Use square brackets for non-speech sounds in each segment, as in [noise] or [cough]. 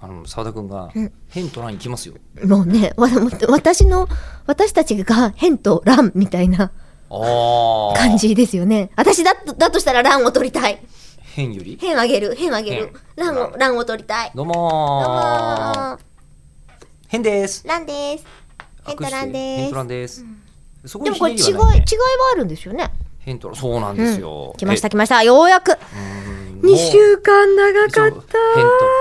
あの澤田君がうん「変と乱行きますよもうね、わ私の、私たちが変と乱みたいな」ああ感じですよね。私だと、だとしたら乱を取りたい。変より変あげる、変あげる。変乱を、乱を取りたい。どうどうももーー。変です乱です。変と乱握手で変すと。乱ですそこでにもこれ違い、ひ違いねりははないねあるんですよね。変と乱そうなんですよ来ました来ました。ようやく。 2 2週間長そかうった。ヘント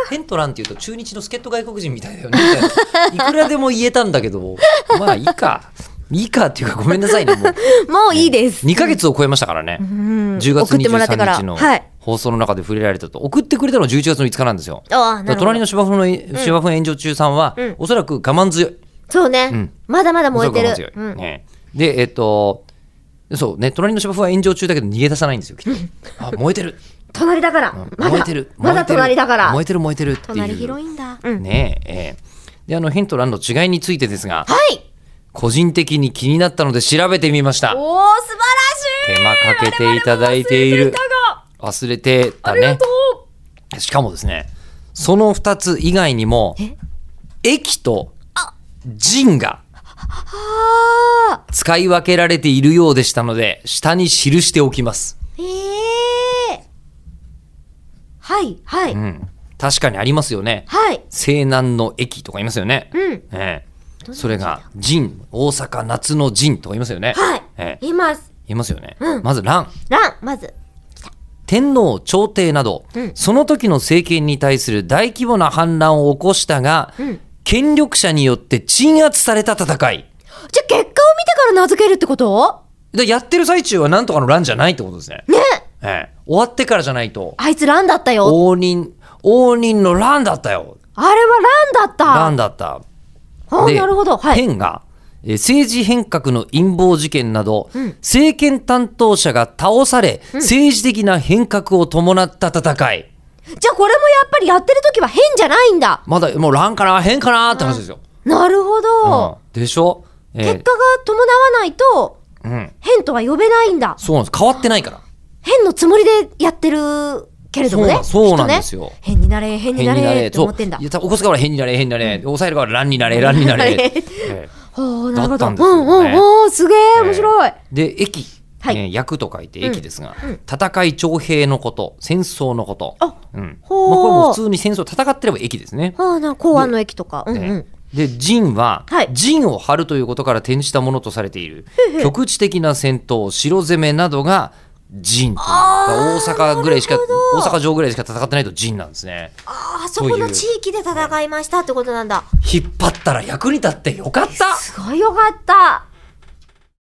ヘントランっていうと中日の助っ人外国人みたい [laughs] だよねいくらでも言えたんだけどまあいいかいいかっていうかごめんなさいねもうもういいです。 2ヶ月を超えましたからね、うん10月送ってもらってから23日のはい放送の中で触れられたと送ってくれたのは11月の5日なんですよああ、なるほど。隣の芝生の芝生炎上中さんは、うんおそらく我慢強いそうね、うんまだまだ燃えておそらるく。我慢強い、うんねでえっとそうね隣の芝生は炎上中だけど逃げ出さないんですよきっとあ燃えてる隣だから、 [laughs] まだ燃えてるまだ隣だから燃えてる燃えてるっていう隣広いんだ、うんねえ、ええであのヒント欄の違いについてですがはい個人的に気になったので調べてみましたおお素晴らしい手間かけていただいている忘れてたねしかもですねその2つ以外にもえ駅と人があ使い分けられているようでしたので下に記しておきます、ーえー、はいはい、うん、確かにありますよねはい西南の駅とか言いますよね、うんええ、それが人大阪夏の人とか言いますよね、はい、ええ、います言いますよね、うんまず乱ランまず天皇朝廷など、うんその時の政権に対する大規模な反乱を起こしたが、うん権力者によって鎮圧された戦いじゃあ結果を見てから名付けるってことでやってる最中はなんとかの乱じゃないってことですね、ねええ、終わってからじゃないとあいつランだったよ応仁応仁の乱だったよあれはランだった乱だったあーでなるほどはい天がえー政治変革の陰謀事件など、ん政権担当者が倒され、政治的な変革を伴った戦いじゃあこれもやっぱりやってる時は変じゃないんだまだもう乱かな変かなって話ですよ、なるほど、うんでしょ、えー結果が伴わないとうん、変とは呼べないんだそうなんです変わってないから変のつもりでやってるけれどもねそうなんそうなんきっとねですよ変になれ変に変なになれれって思ってんだそういや起こすから変になれ変になれ、抑えるから乱になれ乱になれ、 [laughs] はいえほうなるほだどったうんんですよねうんうんすげええ面白いで駅、はいえー役と書いて駅ですが、うんうん戦い徴兵のこと戦争のことあうんほうまあ、これも普通に戦争戦ってれば駅ですね、ああな公安の駅とかうんうねんで陣は、はい陣を張るということから転じたものとされているへへ局地的な戦闘城攻めなどが陣というあーだから大阪ぐらいしかなるほ大阪城ぐらいしか戦ってないと陣なんですねああそこの地域で戦いましたってことなんだ引っ張ったら役に立ってよかったすごいよかった